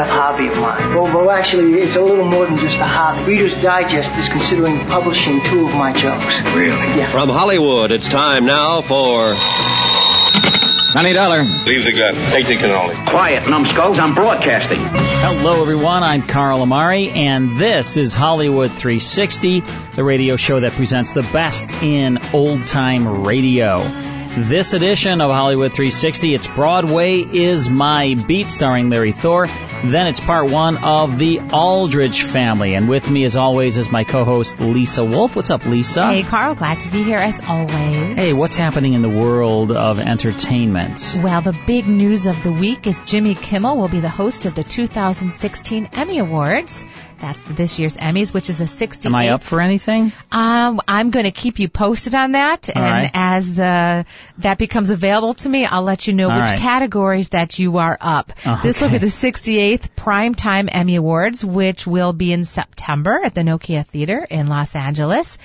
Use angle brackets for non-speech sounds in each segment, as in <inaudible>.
of hobby of mine. Well, well, actually, it's a little more than just a hobby. Reader's Digest is considering publishing two of my jokes. Really? Yeah. From Hollywood, it's time now for. Johnny Dollar. Leave the gun. Take the cannoli. Quiet, numbskulls. I'm broadcasting. Hello, everyone. I'm Carl Amari, and this is Hollywood 360, the radio show that presents the best in old time radio. This edition of Hollywood 360, it's Broadway is My Beat, starring Larry Thor. Then it's part one of the Aldrich family. And with me, as always, is my co host, Lisa Wolf. What's up, Lisa? Hey, Carl, glad to be here as always. Hey, what's happening in the world of entertainment? Well, the big news of the week is Jimmy Kimmel will be the host of the 2016 Emmy Awards. That's this year's Emmys, which is a 60. Am I up for anything? Um, I'm going to keep you posted on that, and right. as the that becomes available to me, I'll let you know All which right. categories that you are up. Oh, This will be okay. the 68th Primetime Emmy Awards, which will be in September at the Nokia Theater in Los Angeles.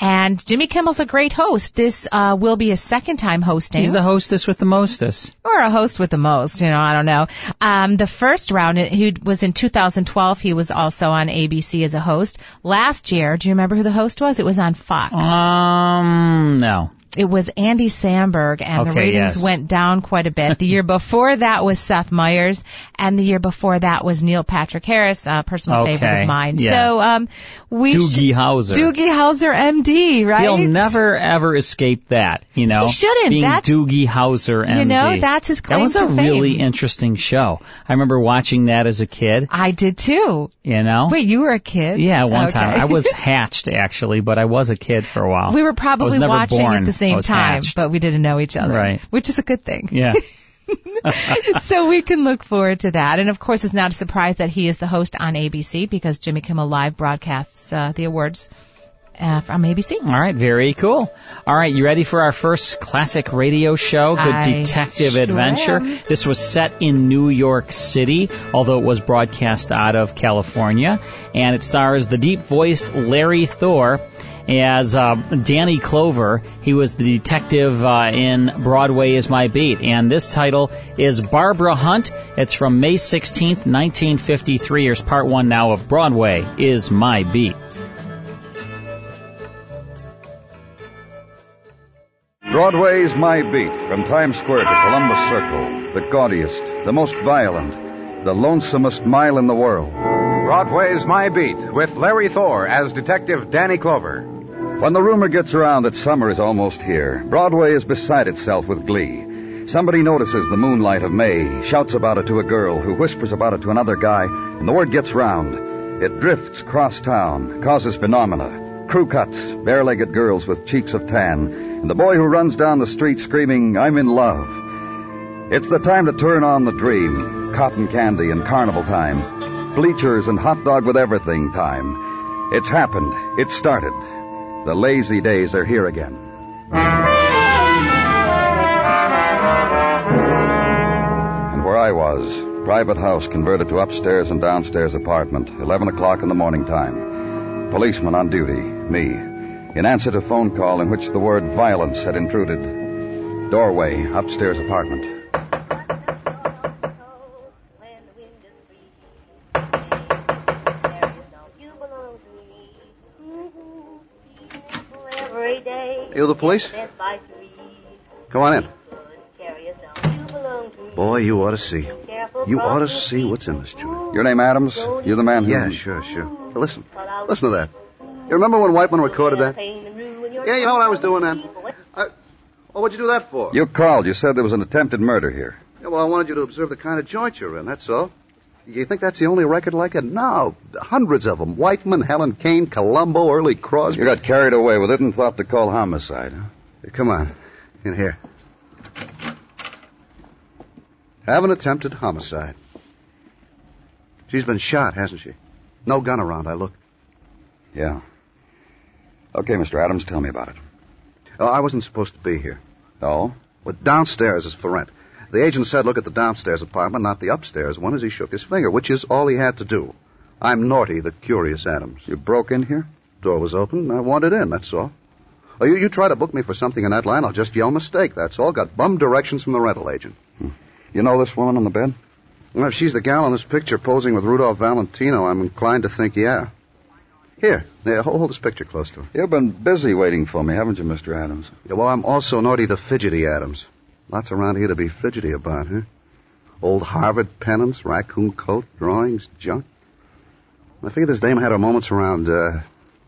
And Jimmy Kimmel's a great host. This uh, will be a second time hosting He's the hostess with the mostest. or a host with the most, you know, I don't know. Um, the first round, it- he was in 2012. He was also on ABC as a host. Last year, do you remember who the host was? It was on Fox. Uh-huh. Um, no. It was Andy Samberg, and the Okay, ratings yes. went down quite a <laughs> bit. The year before that was Seth Meyers, and the year before that was Neil Patrick Harris, a personal Okay, favorite of mine. yeah. So, um, we Doogie sh- Howser. Doogie Howser, MD, right? He'll never ever escape that, you know. He shouldn't. Being That's- Doogie Howser, MD. You know, that's his claim That was to a fame. really interesting show. I remember watching that as a kid. I did too. You know. Wait, you were a kid? Yeah, one time Okay. I <laughs> was hatched actually, but I was a kid for a while. We I were was probably never watching born. at the I same was time, hatched. but we didn't know each other, Right. which is a good thing. <laughs> yeah. <laughs> so we can look forward to that. And of course, it's not a surprise that he is the host on ABC because Jimmy Kimmel Live broadcasts uh, the awards uh, from ABC. All right, very cool. All right, you ready for our first classic radio show, Good I Detective sure Adventure? am. This was set in New York City, although it was broadcast out of California, and it stars the deep-voiced Larry Thor as uh, Danny Clover. He was the detective uh, in Broadway is My Beat, and this title is Barbara Hunt. It's from May 16th, 1953. Here's part one now of Broadway is My Beat. Broadway's My Beat, from Times Square to Columbus Circle, the gaudiest, the most violent, the lonesomest mile in the world. Broadway's My Beat with Larry Thor as Detective Danny Clover. When the rumor gets around that summer is almost here, Broadway is beside itself with glee. Somebody notices the moonlight of May, shouts about it to a girl, who whispers about it to another guy, and the word gets round. It drifts cross town, causes phenomena. Crew cuts, bare legged girls with cheeks of tan, and the boy who runs down the street screaming, I'm in love. It's the time to turn on the dream. Cotton candy and carnival time. Bleachers and hot dog with everything time. It's happened. It started. The lazy days are here again. And where I was, private house converted to upstairs and downstairs apartment, 11 o'clock in the morning time. Policeman on duty, me, in answer to phone call in which the word violence had intruded. Doorway, upstairs apartment. You the police? Come on in. Boy, you ought to see. You ought to see what's in this joint. Your name Adams? You're the man who. Yeah, sure, sure. Hey, listen, listen to that. You remember when Whiteman recorded that? Yeah, you know what I was doing then. I... Well, what'd you do that for? You called. You said there was an attempted murder here. Yeah, well, I wanted you to observe the kind of joint you're in. That's all. You think that's the only record like it? No, hundreds of them. Whiteman, Helen Kane, Columbo, Early Crosby. You got carried away with it and thought to call homicide, huh? Come on, in here. Have an attempted homicide. She's been shot, hasn't she? No gun around, I look. Yeah. Okay, Mr. Adams, tell me about it. Oh, I wasn't supposed to be here. Oh? Well, downstairs is for rent. The agent said look at the downstairs apartment, not the upstairs one, as he shook his finger, which is all he had to do. I'm Naughty, the curious Adams. You broke in here? Door was open. I wanted in, that's all. Oh, you, you try to book me for something in that line, I'll just yell mistake, that's all. Got bum directions from the rental agent. Hmm. You know this woman on the bed? Well, if she's the gal in this picture posing with Rudolph Valentino, I'm inclined to think yeah. Here, yeah, hold, hold this picture close to her. You've been busy waiting for me, haven't you, Mr. Adams? Yeah, well, I'm also Naughty the Fidgety Adams. Lots around here to be fidgety about, huh? Old Harvard pennants, raccoon coat, drawings, junk. I figure this dame had her moments around uh,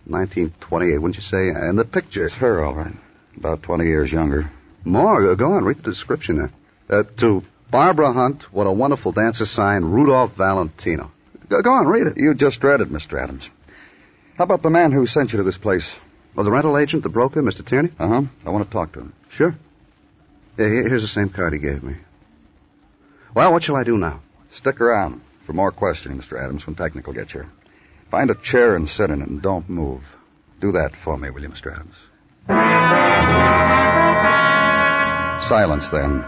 1928, wouldn't you say? And the picture. It's her, all right. About 20 years younger. More. Uh, Go on, read the description there. Uh, to Barbara Hunt, what a wonderful dancer sign, Rudolph Valentino. Go, go on, read it. You just read it, Mr. Adams. How about the man who sent you to this place? Oh, the rental agent, the broker, Mr. Tierney? Uh huh. I want to talk to him. Sure. Yeah, here- here's the same card he gave me. Well, what shall I do now? Stick around for more questioning, Mr. Adams, when technical gets here. Find a chair and sit in it and don't move. Do that for me, will you, Mr. Adams? Silence then.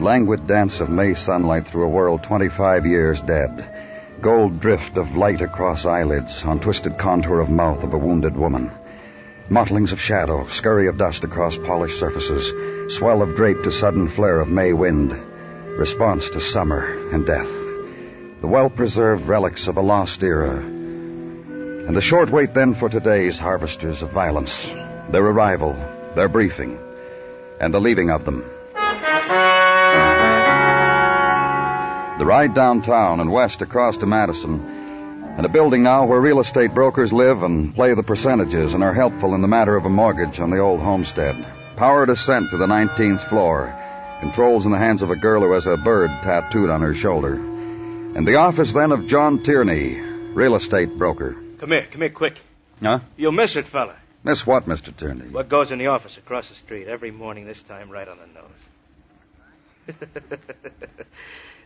Languid dance of May sunlight through a world 25 years dead. Gold drift of light across eyelids on twisted contour of mouth of a wounded woman. Mottlings of shadow, scurry of dust across polished surfaces, swell of drape to sudden flare of May wind, response to summer and death. The well preserved relics of a lost era. And the short wait then for today's harvesters of violence, their arrival, their briefing, and the leaving of them. The ride downtown and west across to Madison and a building now where real estate brokers live and play the percentages and are helpful in the matter of a mortgage on the old homestead. Powered ascent to the 19th floor. Controls in the hands of a girl who has a bird tattooed on her shoulder. And the office then of John Tierney, real estate broker. Come here, come here, quick. Huh? You'll miss it, fella. Miss what, Mr. Tierney? What goes in the office across the street every morning, this time right on the nose. <laughs>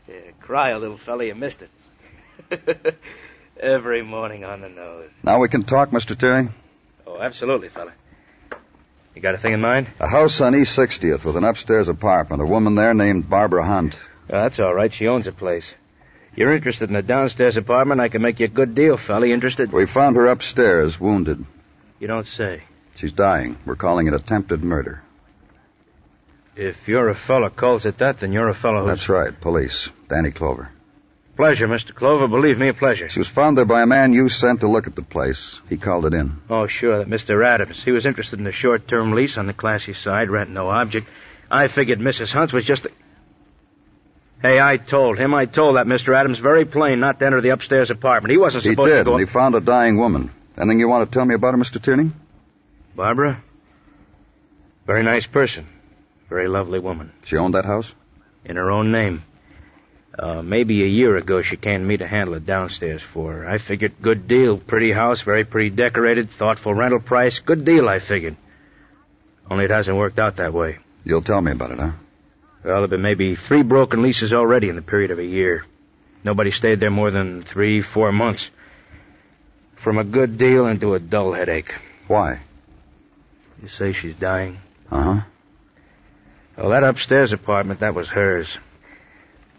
yeah, cry a little fella, you missed it. <laughs> every morning on the nose. Now we can talk, Mr. Tierney. Oh, absolutely, fella. You got a thing in mind? A house on East 60th with an upstairs apartment. A woman there named Barbara Hunt. Oh, that's all right. She owns the place. You're interested in the downstairs apartment? I can make you a good deal, fella. You Interested? We found her upstairs, wounded. You don't say. She's dying. We're calling it attempted murder. If you're a fella calls it that, then you're a fella who's... That's right, police. Danny Clover. Pleasure, Mr. Clover. Believe me, a pleasure. She was found there by a man you sent to look at the place. He called it in. Oh, sure, that Mr. Adams. He was interested in a short-term lease on the classy side, rent no object. I figured Mrs. Hunt was just a... Hey, I told him, I told that Mr. Adams very plain not to enter the upstairs apartment. He wasn't He supposed to did, go... and he found a dying woman. Anything you want to tell me about her, Mr. Tierney? Barbara? Very nice person. Very lovely woman. She owned that house? In her own name. Uh, maybe a year ago she came to me to handle it downstairs for her. I figured good deal. Pretty house, very pretty decorated, thoughtful rental price. Good deal, I figured. Only it hasn't worked out that way. You'll tell me about it, huh? Well, there've been maybe three broken leases already in the period of a year. Nobody stayed there more than three, four months. From a good deal into a dull headache. Why? You say she's dying? Uh huh. Well, that upstairs apartment, that was hers.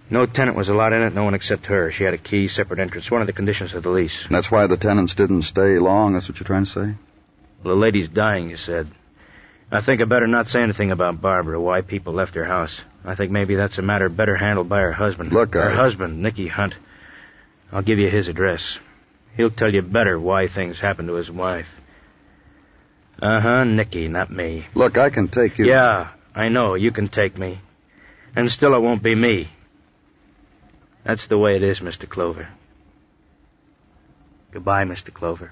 No tenant was allowed in it, no one except her. She had a key, separate entrance, one of the conditions of the lease. That's why the tenants didn't stay long. That's what you're trying to say? The lady's dying, you said. I think I better not say anything about Barbara, why people left her house. I think maybe that's a matter better handled by her husband. Look, her I- husband, Nicky Hunt. I'll give you his address. He'll tell you better why things happened to his wife. Uh huh, Nicky, not me. Look, I can take you. Yeah, I know. You can take me. And still it won't be me. That's the way it is, Mr. Clover. Goodbye, Mr. Clover.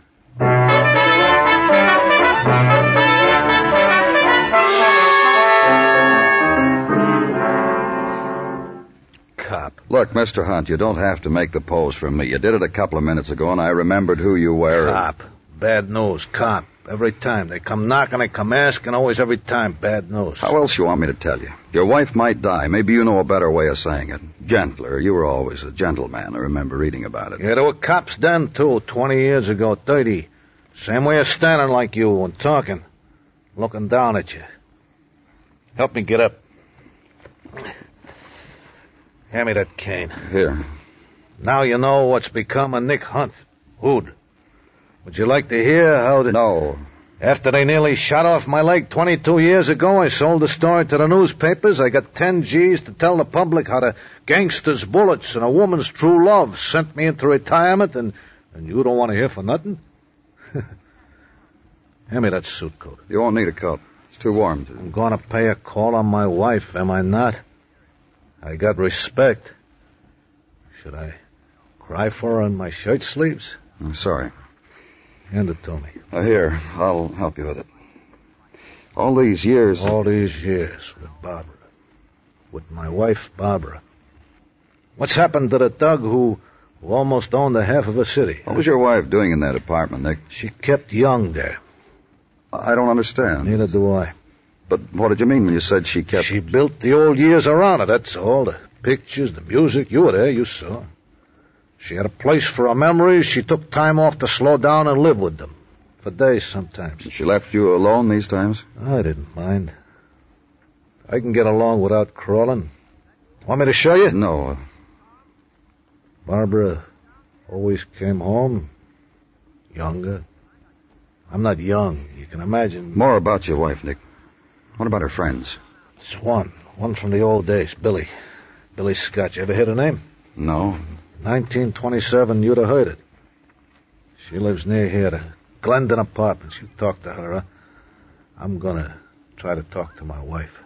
Cop. Look, Mr. Hunt, you don't have to make the pose for me. You did it a couple of minutes ago, and I remembered who you were. Cop. Bad news, cop. Every time. They come knocking, they come asking, always every time. Bad news. How else you want me to tell you? Your wife might die. Maybe you know a better way of saying it. Gentler. You were always a gentleman. I remember reading about it. Yeah, there were cops then, too, 20 years ago, 30. Same way of standing like you and talking, looking down at you. Help me get up. Hand me that cane. Here. Now you know what's become of Nick Hunt. Hood. Would you like to hear how the... No. After they nearly shot off my leg 22 years ago, I sold the story to the newspapers. I got 10 G's to tell the public how the gangster's bullets and a woman's true love sent me into retirement, and, and you don't want to hear for nothing? <laughs> Hand me that suit coat. You won't need a coat. It's too warm. I'm going to pay a call on my wife, am I not? I got respect. Should I cry for her in my shirt sleeves? I'm sorry. Hand it to me. Uh, here, I'll help you with it. All these years. All these years with Barbara. With my wife, Barbara. What's happened to the thug who, who almost owned a half of a city? What was your wife doing in that apartment, Nick? She kept young there. I don't understand. Neither do I. But what did you mean when you said she kept. She built the old years around her, that's all. The pictures, the music. You were there, you saw. She had a place for her memories. She took time off to slow down and live with them. For days sometimes. She left you alone these times? I didn't mind. I can get along without crawling. Want me to show you? No. Barbara always came home younger. I'm not young. You can imagine. More about your wife, Nick. What about her friends? It's one. One from the old days, Billy. Billy Scott. You ever hear the name? No. 1927, you'd have heard it. She lives near here, the Glendon Apartments. You talk to her, huh? I'm gonna try to talk to my wife.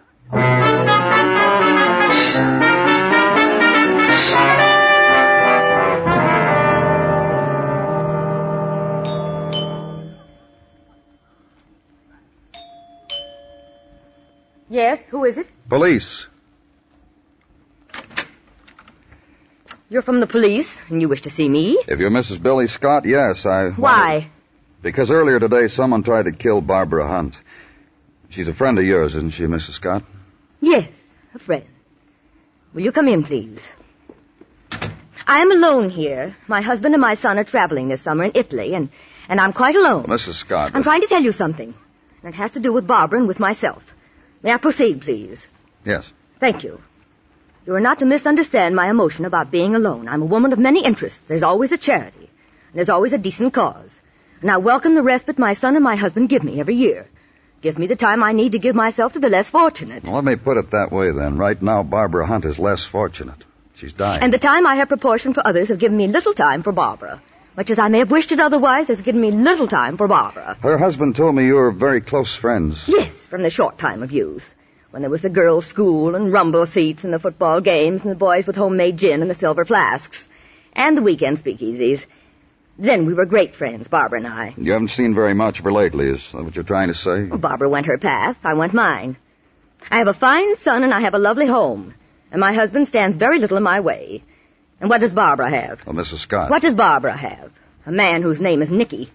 Yes, who is it? Police. You're from the police, and you wish to see me? If you're Mrs. Billy Scott, yes, I. Why? Because earlier today, someone tried to kill Barbara Hunt. She's a friend of yours, isn't she, Mrs. Scott? Yes, a friend. Will you come in, please? I am alone here. My husband and my son are traveling this summer in Italy, and, and I'm quite alone. Well, Mrs. Scott. I'm trying to tell you something, and it has to do with Barbara and with myself. May I proceed, please? Yes. Thank you. You are not to misunderstand my emotion about being alone. I'm a woman of many interests. There's always a charity, and there's always a decent cause. And I welcome the respite my son and my husband give me every year. Gives me the time I need to give myself to the less fortunate. Well, let me put it that way then. Right now, Barbara Hunt is less fortunate. She's dying. And the time I have proportioned for others have given me little time for Barbara. Much as I may have wished it otherwise, has given me little time for Barbara. Her husband told me you were very close friends. Yes, from the short time of youth when there was the girls' school and rumble seats and the football games and the boys with homemade gin and the silver flasks and the weekend speakeasies. Then we were great friends, Barbara and I. You haven't seen very much of her lately, is that what you're trying to say? Well, Barbara went her path. I went mine. I have a fine son and I have a lovely home. And my husband stands very little in my way. And what does Barbara have? Well, Mrs. Oh, Scott. What does Barbara have? A man whose name is Nicky.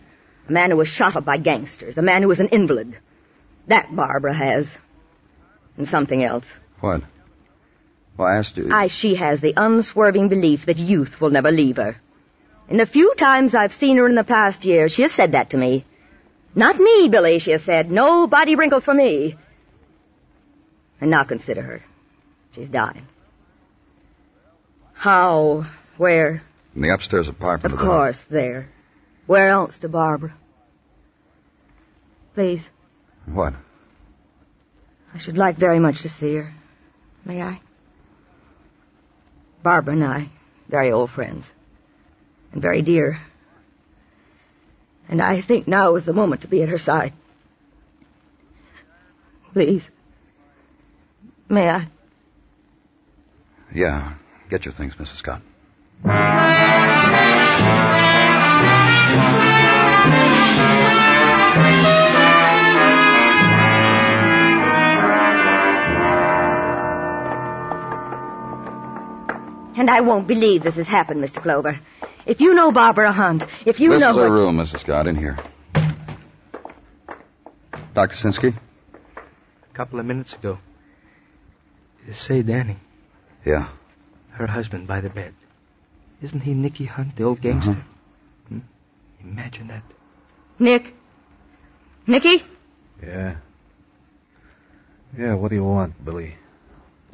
A man who was shot up by gangsters. A man who is an invalid. That Barbara has and something else. What? Well, I asked you. I, she has the unswerving belief that youth will never leave her. In the few times I've seen her in the past year, she has said that to me. Not me, Billy, she has said. No body wrinkles for me. And now consider her. She's dying. How? Where? In the upstairs apartment. Of, of course, the there. Where else to Barbara? Please. What? I should like very much to see her. May I? Barbara and I, very old friends, and very dear. And I think now is the moment to be at her side. Please. May I? Yeah. Get your things, Mrs. Scott. And I won't believe this has happened, Mr. Clover. If you know Barbara Hunt, if you this know is her. her room, Mrs. Scott, in here. Dr. Sinsky? A couple of minutes ago. Say, Danny, Yeah. her husband by the bed. Isn't he Nicky Hunt, the old gangster? Hmm? Imagine that. Nick. Nicky, Yeah. Yeah, what do you want, Billy?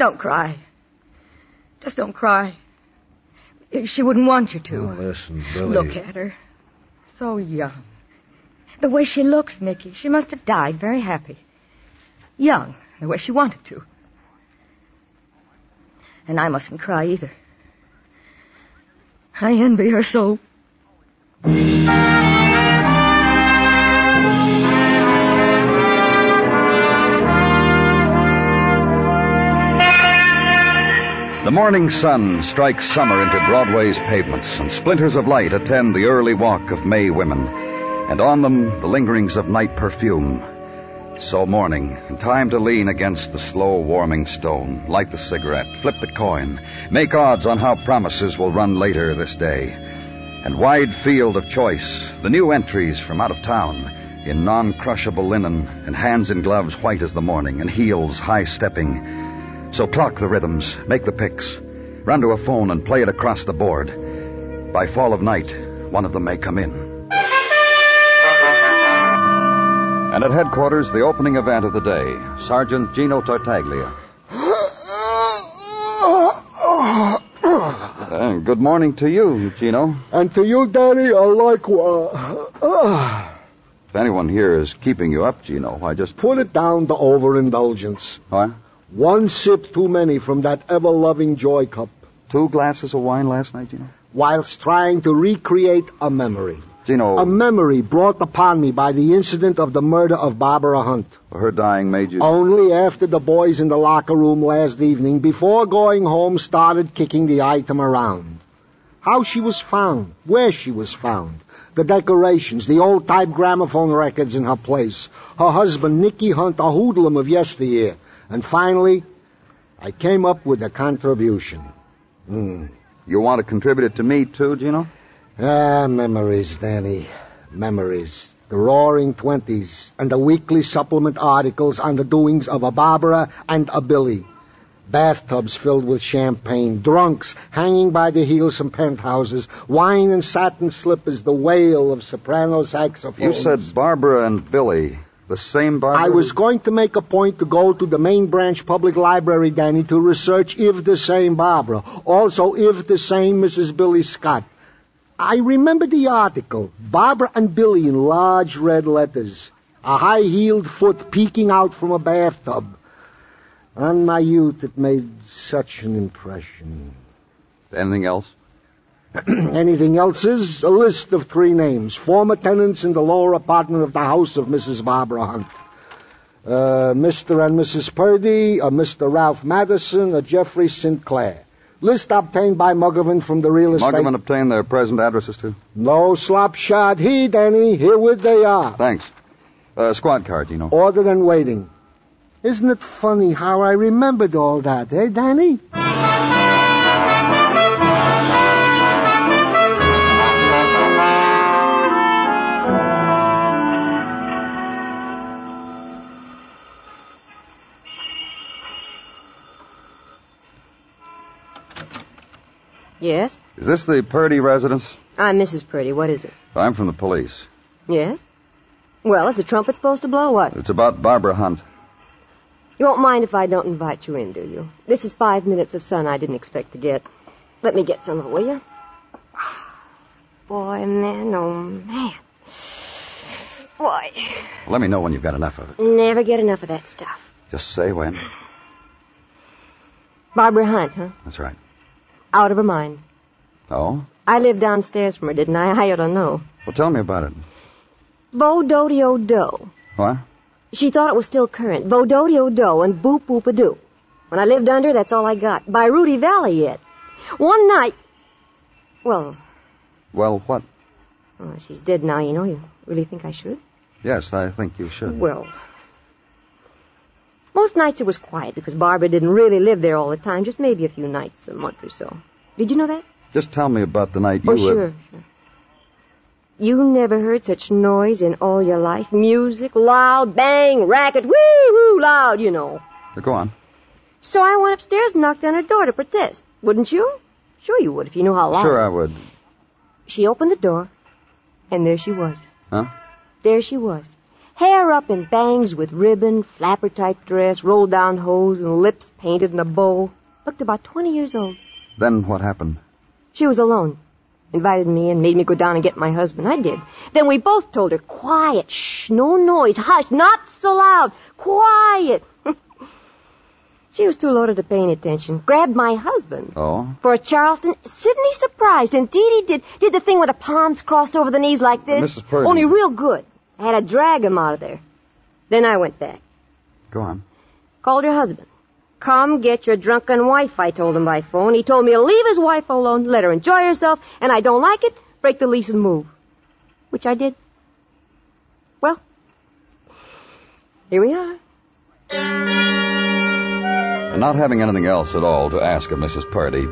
don't cry. Just don't cry. She wouldn't want you to. Listen, Billy. Look at her. So young. The way she looks, Nicky, she must have died very happy. Young, the way she wanted to. And I mustn't cry either. I envy her so. The morning sun strikes summer into Broadway's pavements, and splinters of light attend the early walk of May women, and on them the lingerings of night perfume. So morning, and time to lean against the slow warming stone, light the cigarette, flip the coin, make odds on how promises will run later this day. And wide field of choice, the new entries from out of town, in non crushable linen, and hands in gloves white as the morning, and heels high stepping. So clock the rhythms, make the picks, run to a phone and play it across the board. By fall of night, one of them may come in. And at headquarters, the opening event of the day Sergeant Gino Tartaglia. Uh, good morning to you, Gino. And to you, Danny, I like. Uh, ah. If anyone here is keeping you up, Gino, why just. put it down to overindulgence. Huh? One sip too many from that ever loving joy cup. Two glasses of wine last night, Gino? Whilst trying to recreate a memory. Gino. A memory brought upon me by the incident of the murder of Barbara Hunt. Her dying made you. Only after the boys in the locker room last evening, before going home, started kicking the item around. How she was found, where she was found, the decorations, the old type gramophone records in her place, her husband, Nicky Hunt, a hoodlum of yesteryear. And finally, I came up with a contribution. Hmm. You want to contribute it to me, too, Gino? Ah, memories, Danny. Memories. The roaring twenties and the weekly supplement articles on the doings of a Barbara and a Billy. Bathtubs filled with champagne, drunks hanging by the heels from penthouses, wine and satin slippers, the wail of soprano saxophones. You said Barbara and Billy. The same Barbara? I was going to make a point to go to the main branch public library, Danny, to research if the same Barbara, also if the same Mrs. Billy Scott. I remember the article, Barbara and Billy in large red letters, a high-heeled foot peeking out from a bathtub. On my youth, it made such an impression. Anything else? <clears throat> Anything else is a list of three names. Former tenants in the lower apartment of the house of Mrs. Barbara Hunt. Uh, Mr. and Mrs. Purdy, a Mr. Ralph Madison, a Jeffrey Sinclair. List obtained by Muggerman from the real estate. Muggerman obtained their present addresses, too? No slop shot. He, Danny. Herewith they are. Thanks. Uh, squad car, Gino. Ordered and waiting. Isn't it funny how I remembered all that, eh, Danny? Yes? Is this the Purdy residence? I'm Mrs. Purdy. What is it? I'm from the police. Yes? Well, is the trumpet supposed to blow what? It's about Barbara Hunt. You won't mind if I don't invite you in, do you? This is five minutes of sun I didn't expect to get. Let me get some of it, will you? Boy, man, oh man. Boy, Let me know when you've got enough of it. never get enough of that stuff. Just say when. Barbara Hunt, huh? That's right. Out of her mind. Oh? I lived downstairs from her, didn't I? I don't know. Well, tell me about it. Bo do do do. What? She thought it was still current. Bododio do and boop boop a doo. When I lived under, that's all I got. By Rudy Valley yet. One night. Well, Well, what? oh, she's dead now, you know. You really think I should? Yes, I think you should. Well. Most nights it was quiet because Barbara didn't really live there all the time, just maybe a few nights a month or so. Did you know that? Just tell me about the night you oh, were. sure, sure. You never heard such noise in all your life. Music, loud, bang, racket, woo woo, loud, you know. Go on. So I went upstairs and knocked on her door to protest. Wouldn't you? Sure you would if you knew how long. Sure, I would. She opened the door, and there she was. Huh? There she was. Hair up in bangs with ribbon, flapper type dress, roll down hose, and lips painted in a bow. Looked about 20 years old. Then what happened? She was alone. Invited me in, made me go down and get my husband. I did. Then we both told her, quiet, shh, no noise, hush, not so loud, quiet. <laughs> she was too loaded to pay any attention. Grabbed my husband. Oh? For a Charleston, Sidney surprised. Indeed he did. Did the thing where the palms crossed over the knees like this. Mrs. Purdy. Only real good. I had to drag him out of there. Then I went back. Go on. Called her husband. Come get your drunken wife, I told him by phone. He told me to leave his wife alone, let her enjoy herself, and I don't like it, break the lease and move. Which I did. Well, here we are. And not having anything else at all to ask of Mrs. Purdy,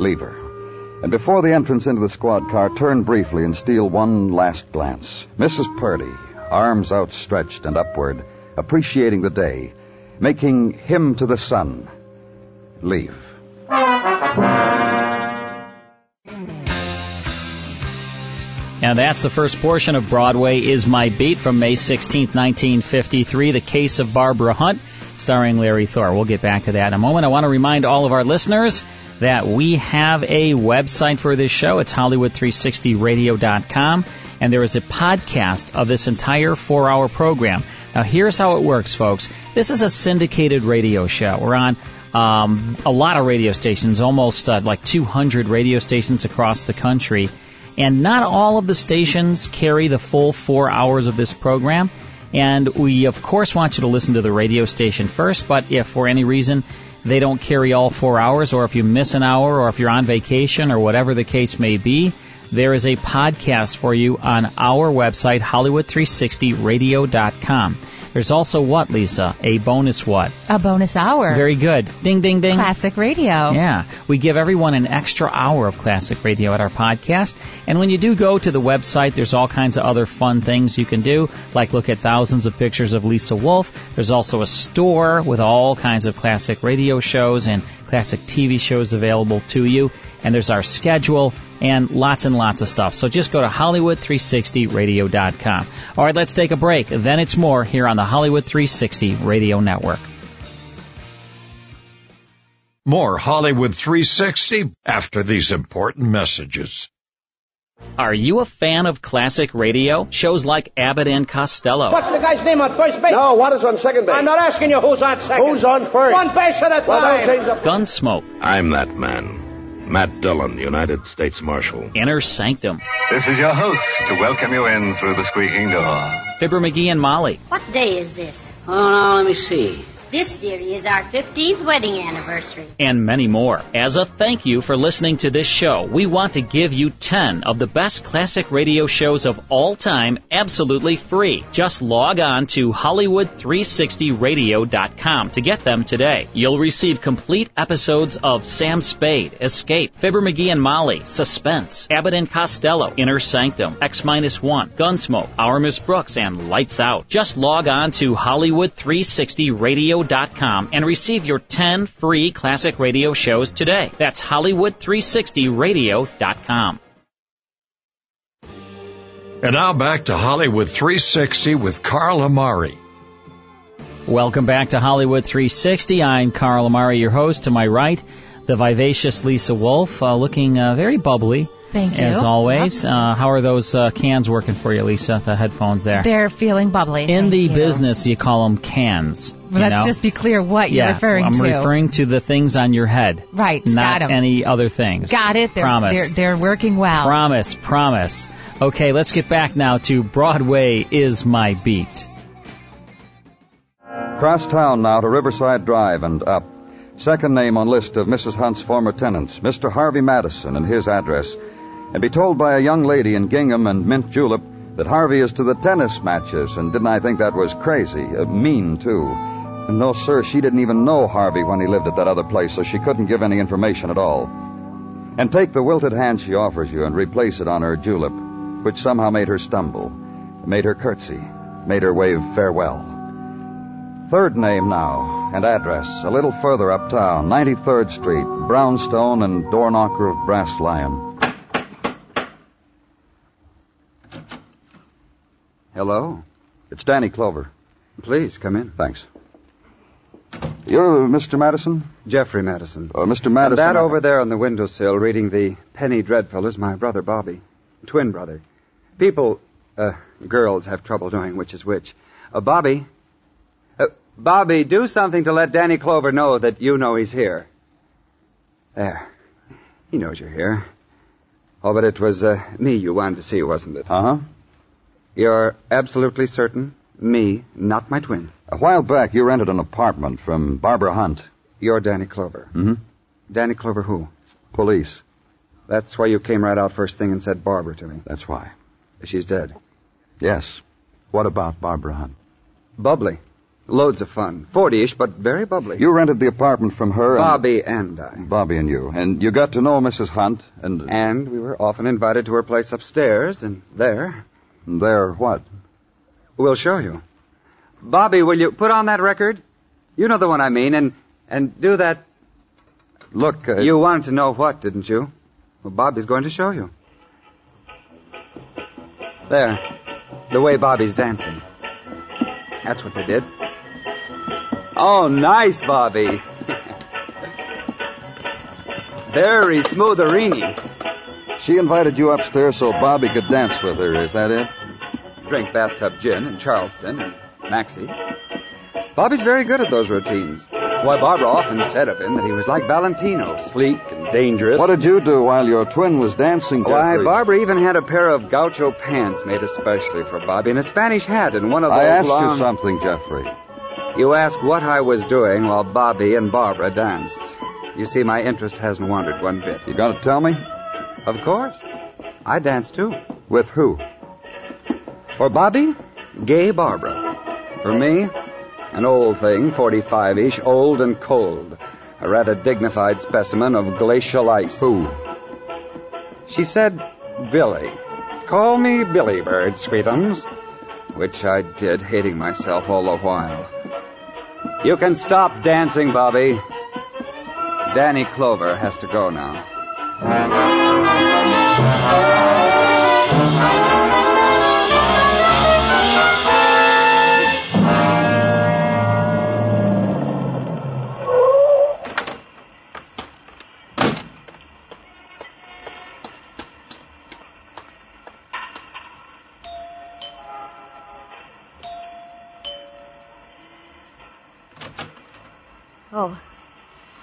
leave her. And before the entrance into the squad car, turn briefly and steal one last glance. Mrs. Purdy, arms outstretched and upward, appreciating the day, making hymn to the sun. Leave. uh. And that's the first portion of Broadway Is My Beat from May 16, 1953, The Case of Barbara Hunt, starring Larry Thor. We'll get back to that in a moment. I want to remind all of our listeners that we have a website for this show. It's Hollywood360radio.com, and there is a podcast of this entire four hour program. Now, here's how it works, folks. This is a syndicated radio show. We're on um, a lot of radio stations, almost uh, like 200 radio stations across the country. And not all of the stations carry the full four hours of this program. And we, of course, want you to listen to the radio station first, but if for any reason they don't carry all four hours, or if you miss an hour, or if you're on vacation, or whatever the case may be, there is a podcast for you on our website, Hollywood360radio.com. There's also what, Lisa? A bonus what? A bonus hour. Very good. Ding, ding, ding. Classic radio. Yeah. We give everyone an extra hour of classic radio at our podcast. And when you do go to the website, there's all kinds of other fun things you can do, like look at thousands of pictures of Lisa Wolf. There's also a store with all kinds of classic radio shows and classic TV shows available to you. And there's our schedule and lots and lots of stuff. So just go to Hollywood360radio.com. All right, let's take a break. Then it's more here on the Hollywood 360 Radio Network. More Hollywood 360 after these important messages. Are you a fan of classic radio? Shows like Abbott and Costello. What's the guy's name on first base? No, what is on second base? I'm not asking you who's on second. Who's on first? One base at a time. Well, don't change the- Gunsmoke. I'm that man. Matt Dillon, United States Marshal. Inner Sanctum. This is your host to welcome you in through the squeaking door. Fibber McGee and Molly. What day is this? Oh, now let me see. This, dearie, is our 15th wedding anniversary. and many more. As a thank you for listening to this show, we want to give you 10 of the best classic radio shows of all time absolutely free. Just log on to Hollywood360radio.com to get them today. You'll receive complete episodes of Sam Spade, Escape, Fibber McGee and Molly, Suspense, Abbott and Costello, Inner Sanctum, X Minus One, Gunsmoke, Our Miss Brooks, and Lights Out. Just log on to Hollywood360radio.com and receive your 10 free classic radio shows today. That's Hollywood360radio.com. And now back to Hollywood 360 with Carl Amari. Welcome back to Hollywood 360. I'm Carl Amari, your host. To my right, the vivacious Lisa Wolf, uh, looking uh, very bubbly. Thank you. As always, uh, how are those uh, cans working for you, Lisa? The headphones there. They're feeling bubbly. In Thank the you. business, you call them cans. you Well, let's know? just be clear what yeah, you're referring I'm to. referring to the things on your head. Right, Not got 'em. any other things. Got it. They're, Promise. They're, they're working well. Promise, promise. Okay, let's get back now to Broadway is my beat. Cross town now to Riverside Drive and up. Second name on list of Mrs. Hunt's former tenants, Mr. Harvey Madison and his address. And be told by a young lady in gingham and mint julep that Harvey is to the tennis matches, and didn't I think that was crazy? Uh, mean, too. And no, sir, she didn't even know Harvey when he lived at that other place, so she couldn't give any information at all. and take the wilted hand she offers you and replace it on her julep, which somehow made her stumble, made her curtsy, made her wave farewell. Third name now, and address, a little further uptown, 93rd Street, brownstone and door knocker of brass lion. Hello? It's Danny Clover. Please, come in. Thanks. You're Mr. Madison? Jeffrey Madison. Uh, Mr. Madison. that over there on the windowsill reading the Penny Dreadful is my brother Bobby. Twin brother. People, uh, girls have trouble knowing which is which. Uh, Bobby. Uh, Bobby, do something to let Danny Clover know that you know he's here. There. He knows you're here. Oh, but it was uh, me you wanted to see, wasn't it? Uh huh. You're absolutely certain? Me, not my twin. A while back, you rented an apartment from Barbara Hunt. You're Danny Clover. Mm-hmm. Danny Clover who? Police. That's why you came right out first thing and said Barbara to me. That's why. She's dead. Yes. What about Barbara Hunt? Bubbly. Loads of fun. Forty-ish, but very bubbly. You rented the apartment from her. and- Bobby and I. Bobby and you, and you got to know Mrs. Hunt, and And we were often invited to her place upstairs, and there. there what? We'll show you. Bobby, will you put on that record? You know the one I mean, and and do that. Look, uh, You wanted to know what, didn't you? Well, Bobby's going to show you. There, the way Bobby's dancing. That's what they did. Oh, nice, Bobby. <laughs> Very smootherini. She invited you upstairs so Bobby could dance with her. Is that it? Drink bathtub gin and Charleston and Maxie. Bobby's very good at those routines. Why, Barbara often said of him that he was like Valentino, sleek and dangerous. What did you do while your twin was dancing? Why, Jeffrey? Barbara even had a pair of gaucho pants made especially for Bobby and a Spanish hat and one of those I asked long... you something, Jeffrey. You asked what I was doing while Bobby and Barbara danced. You see, my interest hasn't wandered one bit. You gonna tell me? Of course. I danced too. With who? For Bobby, gay Barbara. For me, an old thing, 45 ish, old and cold. A rather dignified specimen of glacial ice. Who? She said, Billy. Call me Billy Bird, sweetums. Which I did, hating myself all the while. You can stop dancing, Bobby. Danny Clover has to go now. Oh.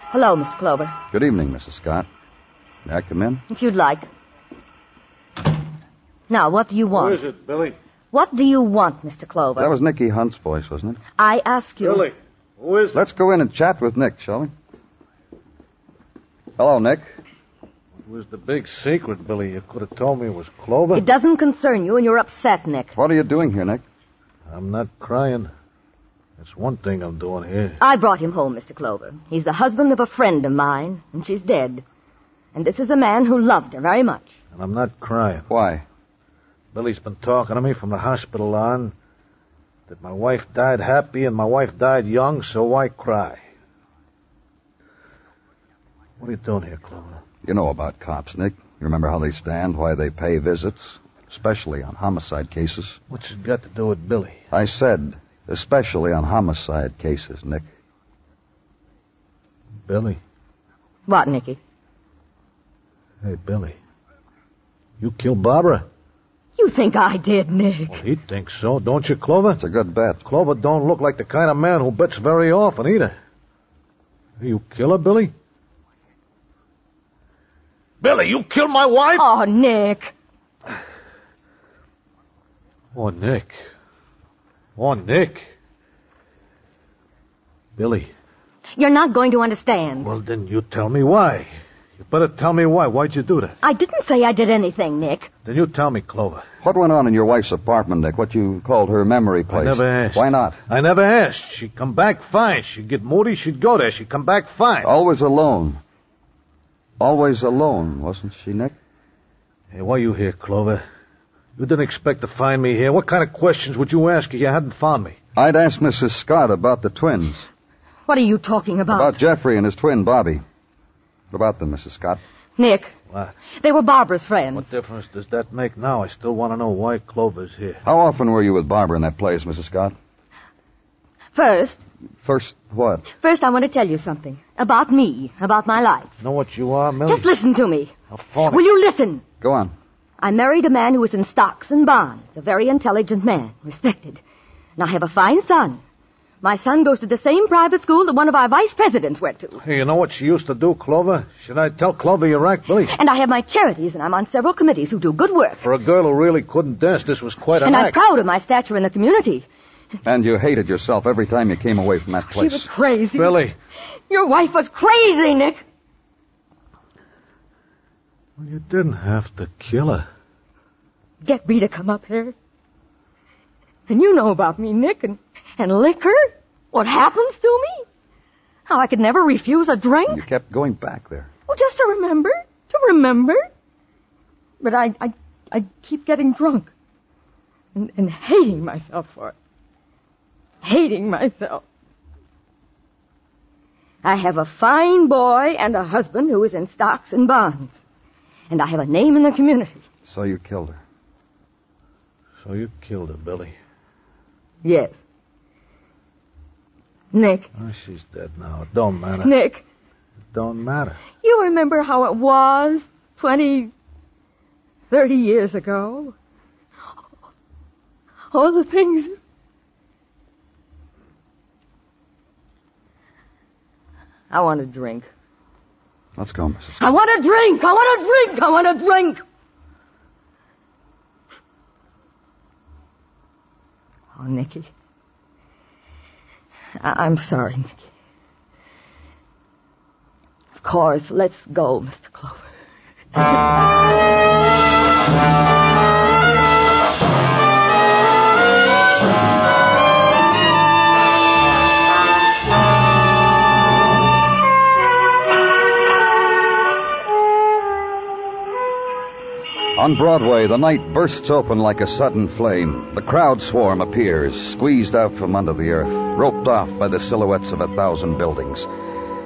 Hello, Mr. Clover, Good evening, Mrs. Scott. May I come in? if you'd like. Now, what do you want? Who is it, Billy? What do you want, Mr. Clover? That was Nicky Hunt's voice, wasn't it? I ask you. Billy. Who is it? Let's go in and chat with Nick, shall we? Hello, Nick. It was the big secret, Billy. You could have told me it was Clover. It doesn't concern you, and you're upset, Nick. What are you doing here, Nick? I'm not crying. That's one thing I'm doing here. I brought him home, Mr. Clover. He's the husband of a friend of mine, and she's dead. And this is a man who loved her very much. And I'm not crying. Why? Billy's been talking to me from the hospital on that my wife died happy and my wife died young, so why cry? What are you doing here, Clover? You know about cops, Nick. You remember how they stand, why they pay visits, especially on homicide cases. What's it got to do with Billy? I said, especially on homicide cases, Nick. Billy. What, Nicky? Hey, Billy. You killed Barbara? You think I did, Nick. Well, he thinks so, don't you, Clover? It's a good bet. Clover don't look like the kind of man who bets very often either. Are you killer, Billy? Billy, you killed my wife? Oh, Nick. Oh, Nick. Oh, Nick. Billy. You're not going to understand. Well, then you tell me why. You better tell me why. Why'd you do that? I didn't say I did anything, Nick. Then you tell me, Clover. What went on in your wife's apartment, Nick? What you called her memory place? never asked. Why not? I never asked. She'd come back fine. She'd get moody. She'd go there. She'd come back fine. Always alone. Always alone, wasn't she, Nick? Hey, why you here, Clover? You didn't expect to find me here. What kind of questions would you ask if you hadn't found me? I'd asked Mrs. Scott about the twins. What are you talking about? About Jeffrey and his twin, Bobby. What about them, Mrs. Scott? Nick, What? they were Barbara's friends. What difference does that make now? I still want to know why Clover's here. How often were you with Barbara in that place, Mrs. Scott? First, First, what? first I want to tell you something about me, about my life. Know what you are, Millie? Just listen to me. How phony. Will you listen? Go on. I married a man who was in stocks and bonds, a very intelligent man, respected. And I have a fine son. My son goes to the same private school that one of our vice presidents went to. Hey, you know what she used to do, Clover? Should I tell Clover you're right, Billy? And I have my charities, and I'm on several committees who do good work. For a girl who really couldn't dance, this was quite an and I'm act. proud of my stature in the community. And you hated yourself every time you came away from that She place. was crazy. Billy. Your wife was crazy, Nick. Well, you didn't have to kill her. Get me to come up here. And you know about me, Nick, and, and liquor. What happens to me? How I could never refuse a drink. You kept going back there. Well, Oh, just to remember, to remember. But I, I, I keep getting drunk and, and hating myself for it. Hating myself. I have a fine boy and a husband who is in stocks and bonds. And I have a name in the community. So you killed her. So you killed her, Billy. Yes. Nick, Oh, she's dead now. It don't matter. Nick, It don't matter. you remember how it was twenty, thirty years ago? All the things I want a drink. Let's go, Mrs. I want a drink. I want a drink. I want a drink. Oh, Nicky. I- I'm sorry, Nicky. Of course, let's go, Mr. Clover. On Broadway, the night bursts open like a sudden flame. The crowd swarm appears, squeezed out from under the earth, roped off by the silhouettes of a thousand buildings.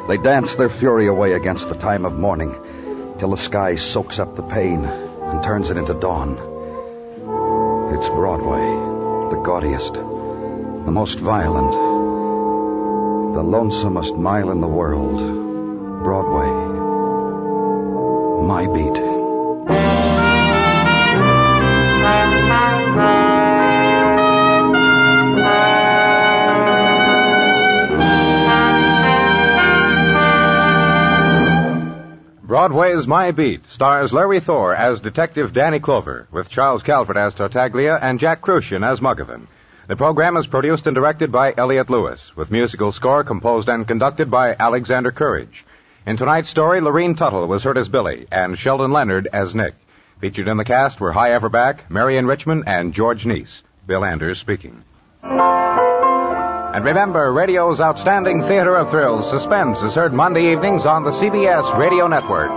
They dance their fury away against the time of morning, till the sky soaks up the pain and turns it into dawn. It's Broadway, the gaudiest, the most violent, the lonesomest mile in the world. Broadway. My beat. Broadway's My Beat stars Larry Thor as Detective Danny Clover, with Charles Calvert as Tartaglia and Jack Crucian as Mugovan. The program is produced and directed by Elliot Lewis, with musical score composed and conducted by Alexander Courage. In tonight's story, Lorene Tuttle was heard as Billy and Sheldon Leonard as Nick. Featured in the cast were High Everback, Marion Richmond, and George Neese. Bill Anders speaking. And remember, radio's outstanding theater of thrills, Suspense, is heard Monday evenings on the CBS Radio Network.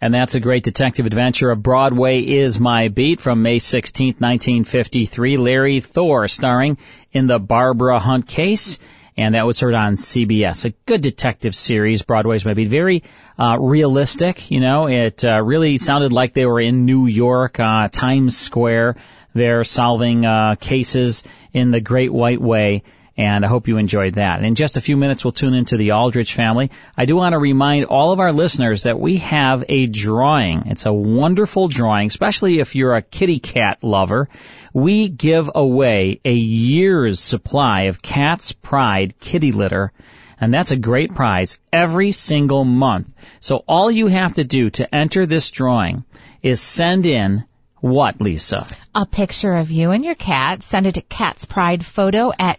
And that's a great detective adventure of Broadway is My Beat from May 16, 1953. Larry Thor starring in the Barbara Hunt case. And that was heard on CBS. A good detective series. Broadway's My Beat. Very, uh, realistic. You know, it, uh, really sounded like they were in New York, uh, Times Square. They're solving, uh, cases in the Great White Way and I hope you enjoyed that. And in just a few minutes, we'll tune into the Aldrich family. I do want to remind all of our listeners that we have a drawing. It's a wonderful drawing, especially if you're a kitty cat lover. We give away a year's supply of Cat's Pride kitty litter. And that's a great prize every single month. So all you have to do to enter this drawing is send in what, Lisa? a picture of you and your cat, send it to catspridephoto at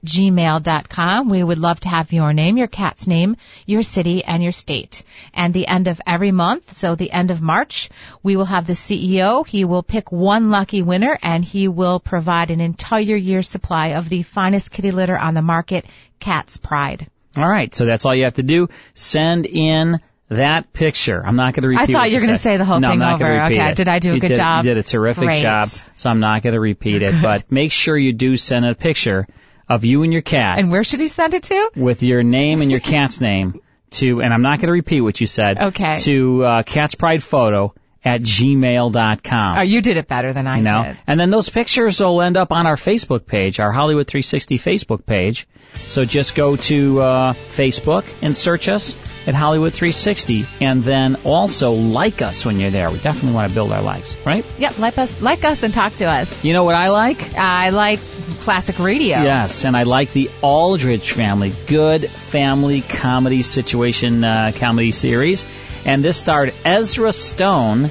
gmail.com. We would love to have your name, your cat's name, your city, and your state. And the end of every month, so the end of March, we will have the CEO. He will pick one lucky winner and he will provide an entire year's supply of the finest kitty litter on the market, Cat's Pride. All right, so that's all you have to do. Send in That picture, I'm not going to repeat. I thought what you were going gonna to say the whole no, I'm thing not gonna over. repeat Okay, it. did I do a You good did, job? You did a terrific Great. job, so I'm not going to repeat it. But make sure you do send a picture of you and your cat And where should you send it to? with your name and your cat's name to, and I'm not going to repeat what you said. Okay. To uh, cat's pride photo at gmail.com. Oh, you did it better than I you know? did. And then those pictures will end up on our Facebook page, our Hollywood 360 Facebook page. So just go to uh, Facebook and search us at Hollywood 360, and then also like us when you're there. We definitely want to build our likes, right? Yep, like us, like us, and talk to us. You know what I like? I like classic radio. Yes, and I like the Aldrich family. Good family comedy situation, uh, comedy series. And this starred Ezra Stone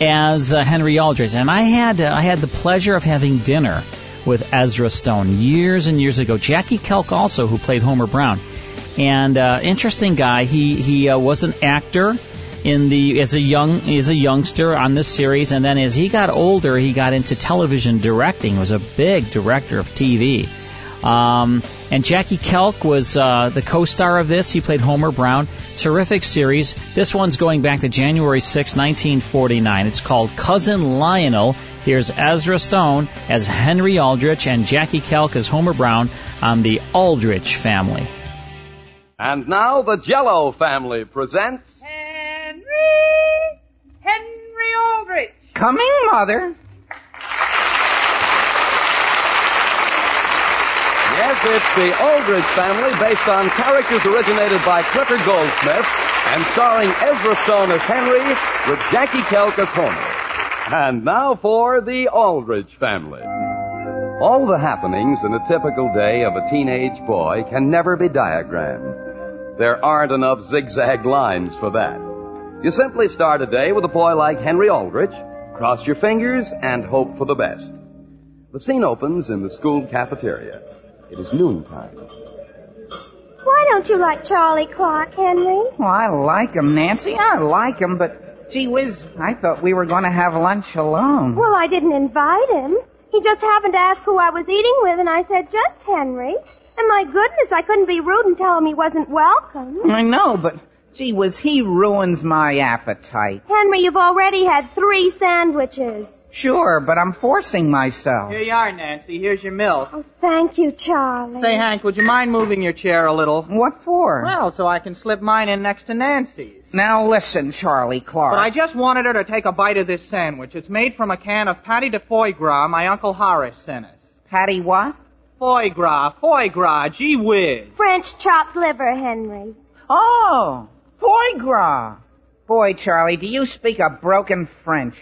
as uh, Henry Aldrich. And I had uh, I had the pleasure of having dinner with Ezra Stone years and years ago. Jackie Kelk also, who played Homer Brown, and uh, interesting guy. He he uh, was an actor in the as a young as a youngster on this series, and then as he got older, he got into television directing. Was a big director of TV. Um, and Jackie Kelk was uh, the co-star of this. He played Homer Brown. Terrific series. This one's going back to January 6, 1949. It's called Cousin Lionel. Here's Ezra Stone as Henry Aldrich and Jackie Kelk as Homer Brown on the Aldrich family. And now the Jello family presents. Henry! Henry Aldrich! Coming, Mother. Yes, it's the Aldrich family, based on characters originated by Clifford Goldsmith and starring Ezra Stone as Henry with Jackie Kelk as Homer. And now for the Aldrich family. All the happenings in a typical day of a teenage boy can never be diagrammed. There aren't enough zigzag lines for that. You simply start a day with a boy like Henry Aldrich, cross your fingers, and hope for the best. The scene opens in the school cafeteria. It is noontime. Why don't you like Charlie Clark, Henry? Well, I like 'em, Nancy. I like 'em, but gee whiz, I thought we were going to have lunch alone. Well, I didn't invite him. He just happened to ask who I was eating with, and I said, just Henry. And my goodness, I couldn't be rude and tell him he wasn't welcome. I know, but gee whiz, he ruins my appetite. Henry, you've already had three sandwiches. Sure, but I'm forcing myself. Here you are, Nancy. Here's your milk. Oh, Thank you, Charlie. Say, Hank, would you mind moving your chair a little? What for? Well, so I can slip mine in next to Nancy's. Now listen, Charlie Clark. But I just wanted her to take a bite of this sandwich. It's made from a can of patty de foie gras my Uncle Horace sent us. Patty what? Foie gras, foie gras, gee whiz. French chopped liver, Henry. Oh, foie gras. Boy, Charlie, do you speak a broken French?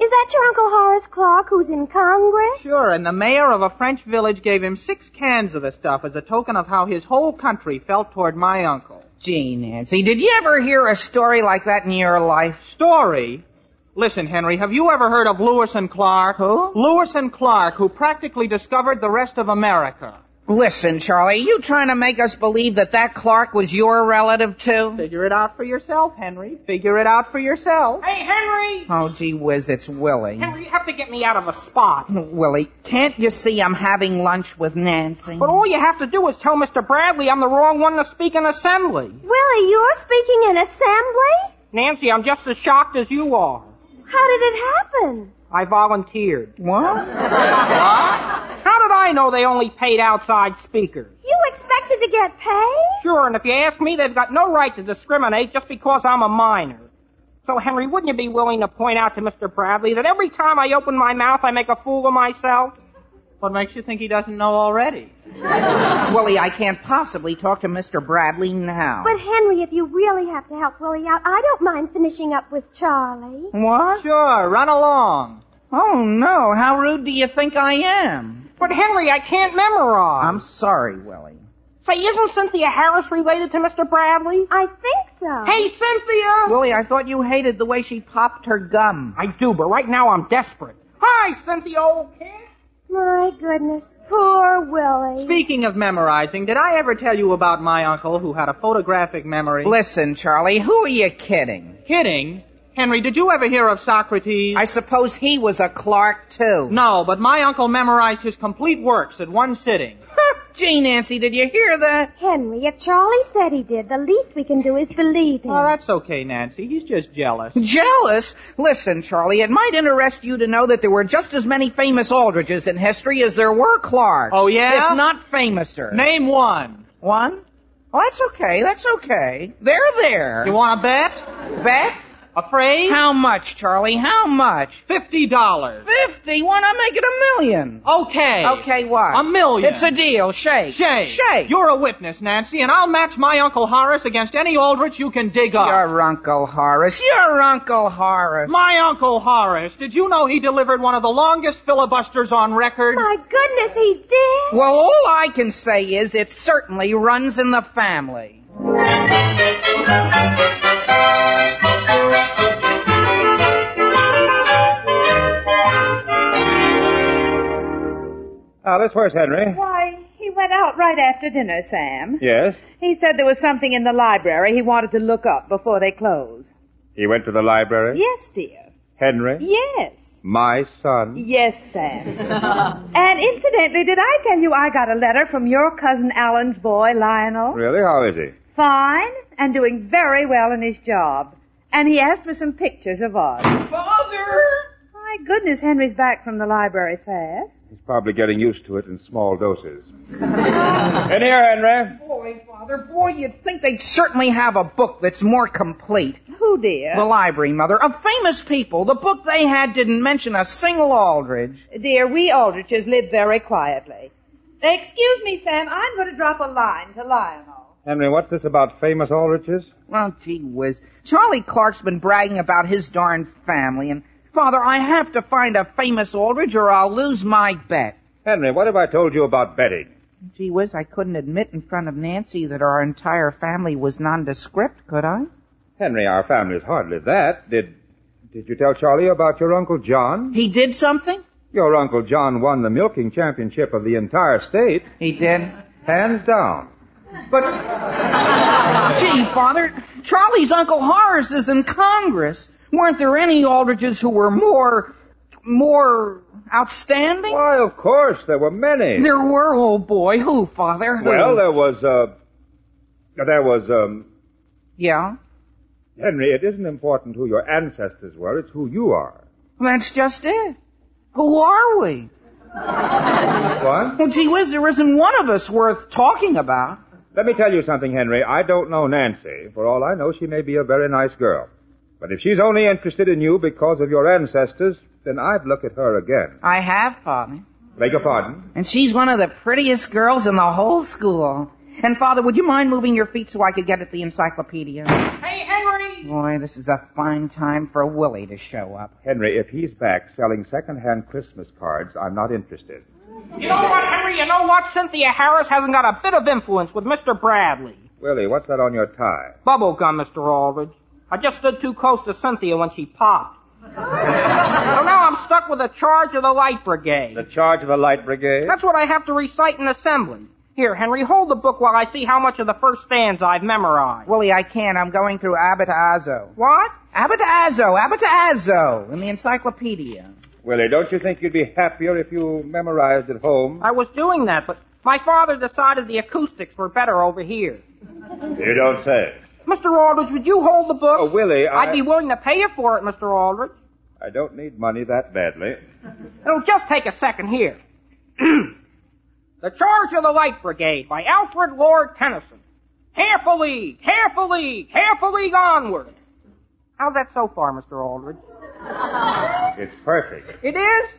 Is that your Uncle Horace Clark who's in Congress? Sure, and the mayor of a French village gave him six cans of the stuff as a token of how his whole country felt toward my uncle. Gee, Nancy, did you ever hear a story like that in your life? Story? Listen, Henry, have you ever heard of Lewis and Clark? Who? Lewis and Clark, who practically discovered the rest of America. Listen, Charlie, you trying to make us believe that that Clark was your relative too? Figure it out for yourself, Henry. Figure it out for yourself. Hey, Henry! Oh, gee whiz, it's Willie. Henry, you have to get me out of a spot. Willie, can't you see I'm having lunch with Nancy? But all you have to do is tell Mr. Bradley I'm the wrong one to speak in assembly. Willie, you're speaking in assembly? Nancy, I'm just as shocked as you are. How did it <laughs> happen? I volunteered. What? How did I know they only paid outside speakers? You expected to get paid? Sure, and if you ask me, they've got no right to discriminate just because I'm a minor. So, Henry, wouldn't you be willing to point out to Mr. Bradley that every time I open my mouth, I make a fool of myself? What makes you think he doesn't know already? Willie, I can't possibly talk to Mr. Bradley now. But Henry, if you really have to help Willie out, I don't mind finishing up with Charlie. What? Sure, run along. Oh no, how rude do you think I am? But, Henry, uh, I can't memorize. I'm sorry, Willie. Say, isn't Cynthia Harris related to Mr. Bradley? I think so. Hey, Cynthia! Willie, I thought you hated the way she popped her gum. I do, but right now I'm desperate. Hi, Cynthia, old kid. My goodness, poor Willie. Speaking of memorizing, did I ever tell you about my uncle who had a photographic memory? Listen, Charlie, who are you kidding? Kidding? Henry, did you ever hear of Socrates? I suppose he was a Clark too. No, but my uncle memorized his complete works at one sitting. Gee, Nancy, did you hear that? Henry, if Charlie said he did, the least we can do is believe him. Oh, that's okay, Nancy. He's just jealous. Jealous? Listen, Charlie, it might interest you to know that there were just as many famous Aldriches in history as there were Clarks. Oh, yeah? If not famouser. Name one. One? Well, that's okay, that's okay. They're there. You want to bet? Bet? Afraid? How much, Charlie? How much? Fifty dollars. Fifty? Why not make it a million? Okay. Okay, what? A million. It's a deal. Shake. Shake. Shake. You're a witness, Nancy, and I'll match my Uncle Horace against any Aldrich you can dig up. Your Uncle Horace. Your Uncle Horace. My Uncle Horace. Did you know he delivered one of the longest filibusters on record? My goodness, he did. Well, all I can say is it certainly runs in the family. Alice, Ah, where's Henry? Why, he went out right after dinner, Sam. Yes? He said there was something in the library he wanted to look up before they close. He went to the library? Yes, dear. Henry? Yes. My son? Yes, Sam. and incidentally, did I tell you I got a letter from your cousin Alan's boy, Lionel? Really? How is he? Fine, and doing very well in his job. And he asked for some pictures of us. Father! My goodness, Henry's back from the library fast. He's probably getting used to it in small doses. Uh-huh. In here, Henry. Boy, Father, boy, you'd think they'd certainly have a book that's more complete. Who, Oh, dear? The library, Mother, of famous people. The book they had didn't mention a single Aldrich. Dear, we Aldriches live very quietly. Excuse me, Sam. I'm going to drop a line to Lionel. Henry, what's this about famous Aldriches? Well, gee whiz. Charlie Clark's been bragging about his darn family, and Father, I have to find a famous Aldrich or I'll lose my bet. Henry, what have I told you about betting? Gee whiz, I couldn't admit in front of Nancy that our entire family was nondescript, could I? Henry, our family's hardly that. Did did you tell Charlie about your Uncle John? He did something? Your Uncle John won the milking championship of the entire state. He did? Hands down. But, <laughs> gee, Father, Charlie's Uncle Horace is in Congress. Weren't there any Aldriches who were more, more outstanding? Why, of course, there were many. There were, oh boy. Who, Father? Who? Well, there was, uh, there was, um, Yeah? Henry, it isn't important who your ancestors were, it's who you are. That's just it. Who are we? What? Well, gee whiz, there isn't one of us worth talking about. Let me tell you something, Henry. I don't know Nancy. For all I know, she may be a very nice girl. But if she's only interested in you because of your ancestors, then I'd look at her again. I have, Father. Beg your pardon? And she's one of the prettiest girls in the whole school. And Father, would you mind moving your feet so I could get at the encyclopedia? Hey, Henry! Boy, this is a fine time for Willie to show up. Henry, if he's back selling second-hand Christmas cards, I'm not interested. You know what, Henry? You know what? Cynthia Harris hasn't got a bit of influence with Mr. Bradley. Willie, what's that on your tie? Bubble gum, Mr. Uh, Aldridge. I just stood too close to Cynthia when she popped. so now I'm stuck with the charge of the light brigade. The charge of the light brigade? That's what I have to recite in assembly. Here, Henry, hold the book while I see how much of the first stanza I've memorized. Willie, I can't. I'm going through Abatazo. What? Abatazo, Abatazo, in the encyclopedia. Willie, don't you think you'd be happier if you memorized at home? I was doing that, but my father decided the acoustics were better over here. You don't say. Mr. Aldrich, would you hold the book? Oh, Willie, I... I'd be willing to pay you for it, Mr. Aldrich. I don't need money that badly. It'll just take a second here. <clears throat> the Charge of the Light Brigade by Alfred Lord Tennyson. Half a league, half a league, half a league onward. How's that so far, Mr. Aldrich? <laughs> It's perfect. It is?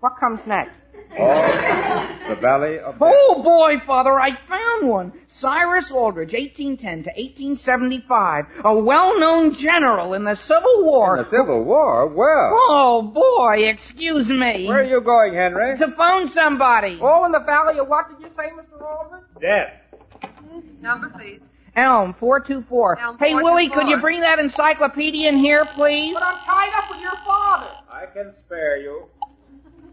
What comes next? All the Valley of... Oh boy, Father, I found one. Cyrus Aldrich, 1810 to 1875, a well-known general in the Civil War. In the Civil War? Well... Oh boy, excuse me. Where are you going, Henry? Oh, To phone somebody. All in the Valley of what did you say, Mr. Aldrich? Death. Number, please. Elm 424. Elm hey, Willie, 424. could you bring that encyclopedia in here, please? But I'm tied up with your father. I can spare you.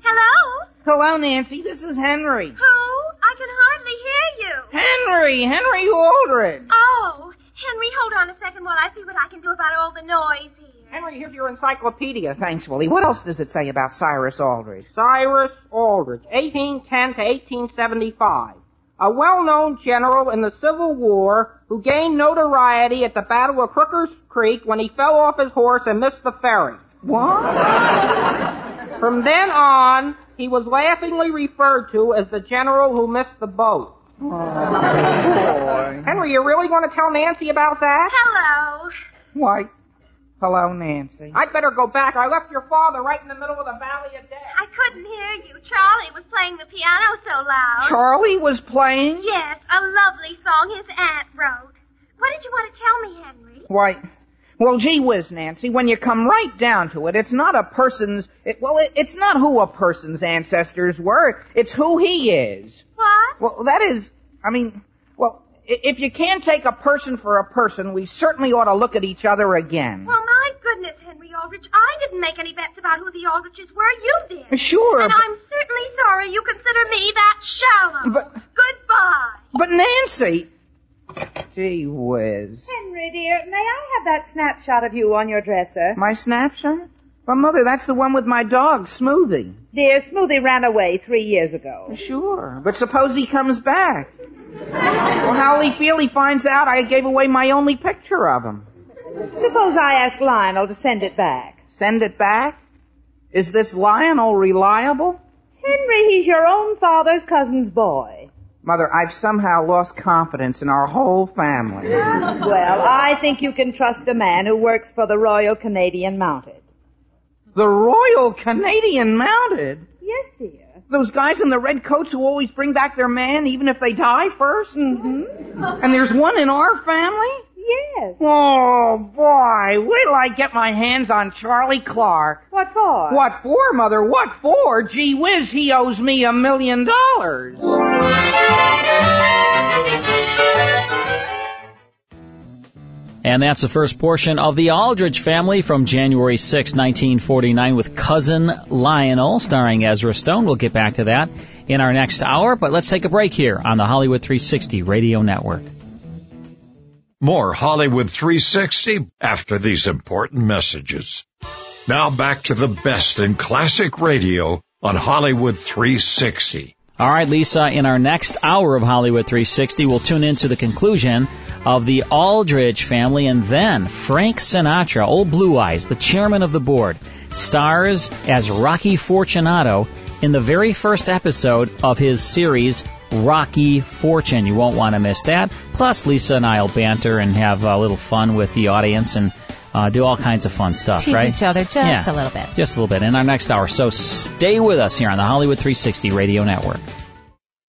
Hello? Hello, Nancy. This is Henry. Oh, Who? I can hardly hear you. Henry, Henry Aldrich. Oh, Henry, hold on a second while I see what I can do about all the noise here. Henry, here's your encyclopedia. Thanks, Willie. What else does it say about Cyrus Aldrich? Cyrus Aldrich, 1810 to 1875. a well-known general in the Civil War who gained notoriety at the Battle of Crooker's Creek when he fell off his horse and missed the ferry. What? <laughs> From then on, he was laughingly referred to as the general who missed the boat. Henry, you really want to tell Nancy about that? Hello. Why, hello, Nancy. I'd better go back. I left your father right in the middle of the valley of death. I couldn't hear you. Charlie was playing the piano so loud. Charlie was playing? Yes, a lovely song his aunt wrote. What did you want to tell me, Henry? Why, well, gee whiz, Nancy, when you come right down to it, it's not a person's, it, well, it, it's not who a person's ancestors were, it's who he is. What? Well, that is, I mean, well, i- if you can't take a person for a person, we certainly ought to look at each other again. Well, my goodness, Henry Aldrich, I didn't make any bets about who the Aldriches were. You did. Sure, And but- I'm certainly sorry you consider me that shallow. But- Goodbye. But Nancy, gee whiz. Henry, dear, may I have that snapshot of you on your dresser? My snapshot? Well, Mother, that's the one with my dog, Smoothie. Dear, Smoothie ran away three years ago. Sure, but suppose he comes back. Well, how'll he feel he finds out I gave away my only picture of him? Suppose I ask Lionel to send it back. Send it back? Is this Lionel reliable? Henry, he's your own father's cousin's boy. Mother, I've somehow lost confidence in our whole family. <laughs> Well, I think you can trust a man who works for the Royal Canadian Mounted. The Royal Canadian Mounted? Yes, dear. Those guys in the red coats who always bring back their man even if they die 1st Mm-hmm. And there's one in our family? Yes. Oh boy, wait till I get my hands on Charlie Clark. What for? What for, Mother? What for? Gee whiz, he owes me a million dollars. And that's the first portion of The Aldrich Family from January 6, 1949, with Cousin Lionel, starring Ezra Stone. We'll get back to that in our next hour, but let's take a break here on the Hollywood 360 Radio Network. More Hollywood 360 after these important messages. Now back to the best in classic radio on Hollywood 360. All right, Lisa, in our next hour of Hollywood 360, we'll tune in to the conclusion of the Aldrich family and then Frank Sinatra, old Blue Eyes, the chairman of the board, stars as Rocky Fortunato in the very first episode of his series, Rocky Fortune. You won't want to miss that. Plus, Lisa and I will banter and have a little fun with the audience and uh, do all kinds of fun stuff, Tease right? each other just Yeah. a little bit. Just a little bit in our next hour. So stay with us here on the Hollywood 360 Radio Network.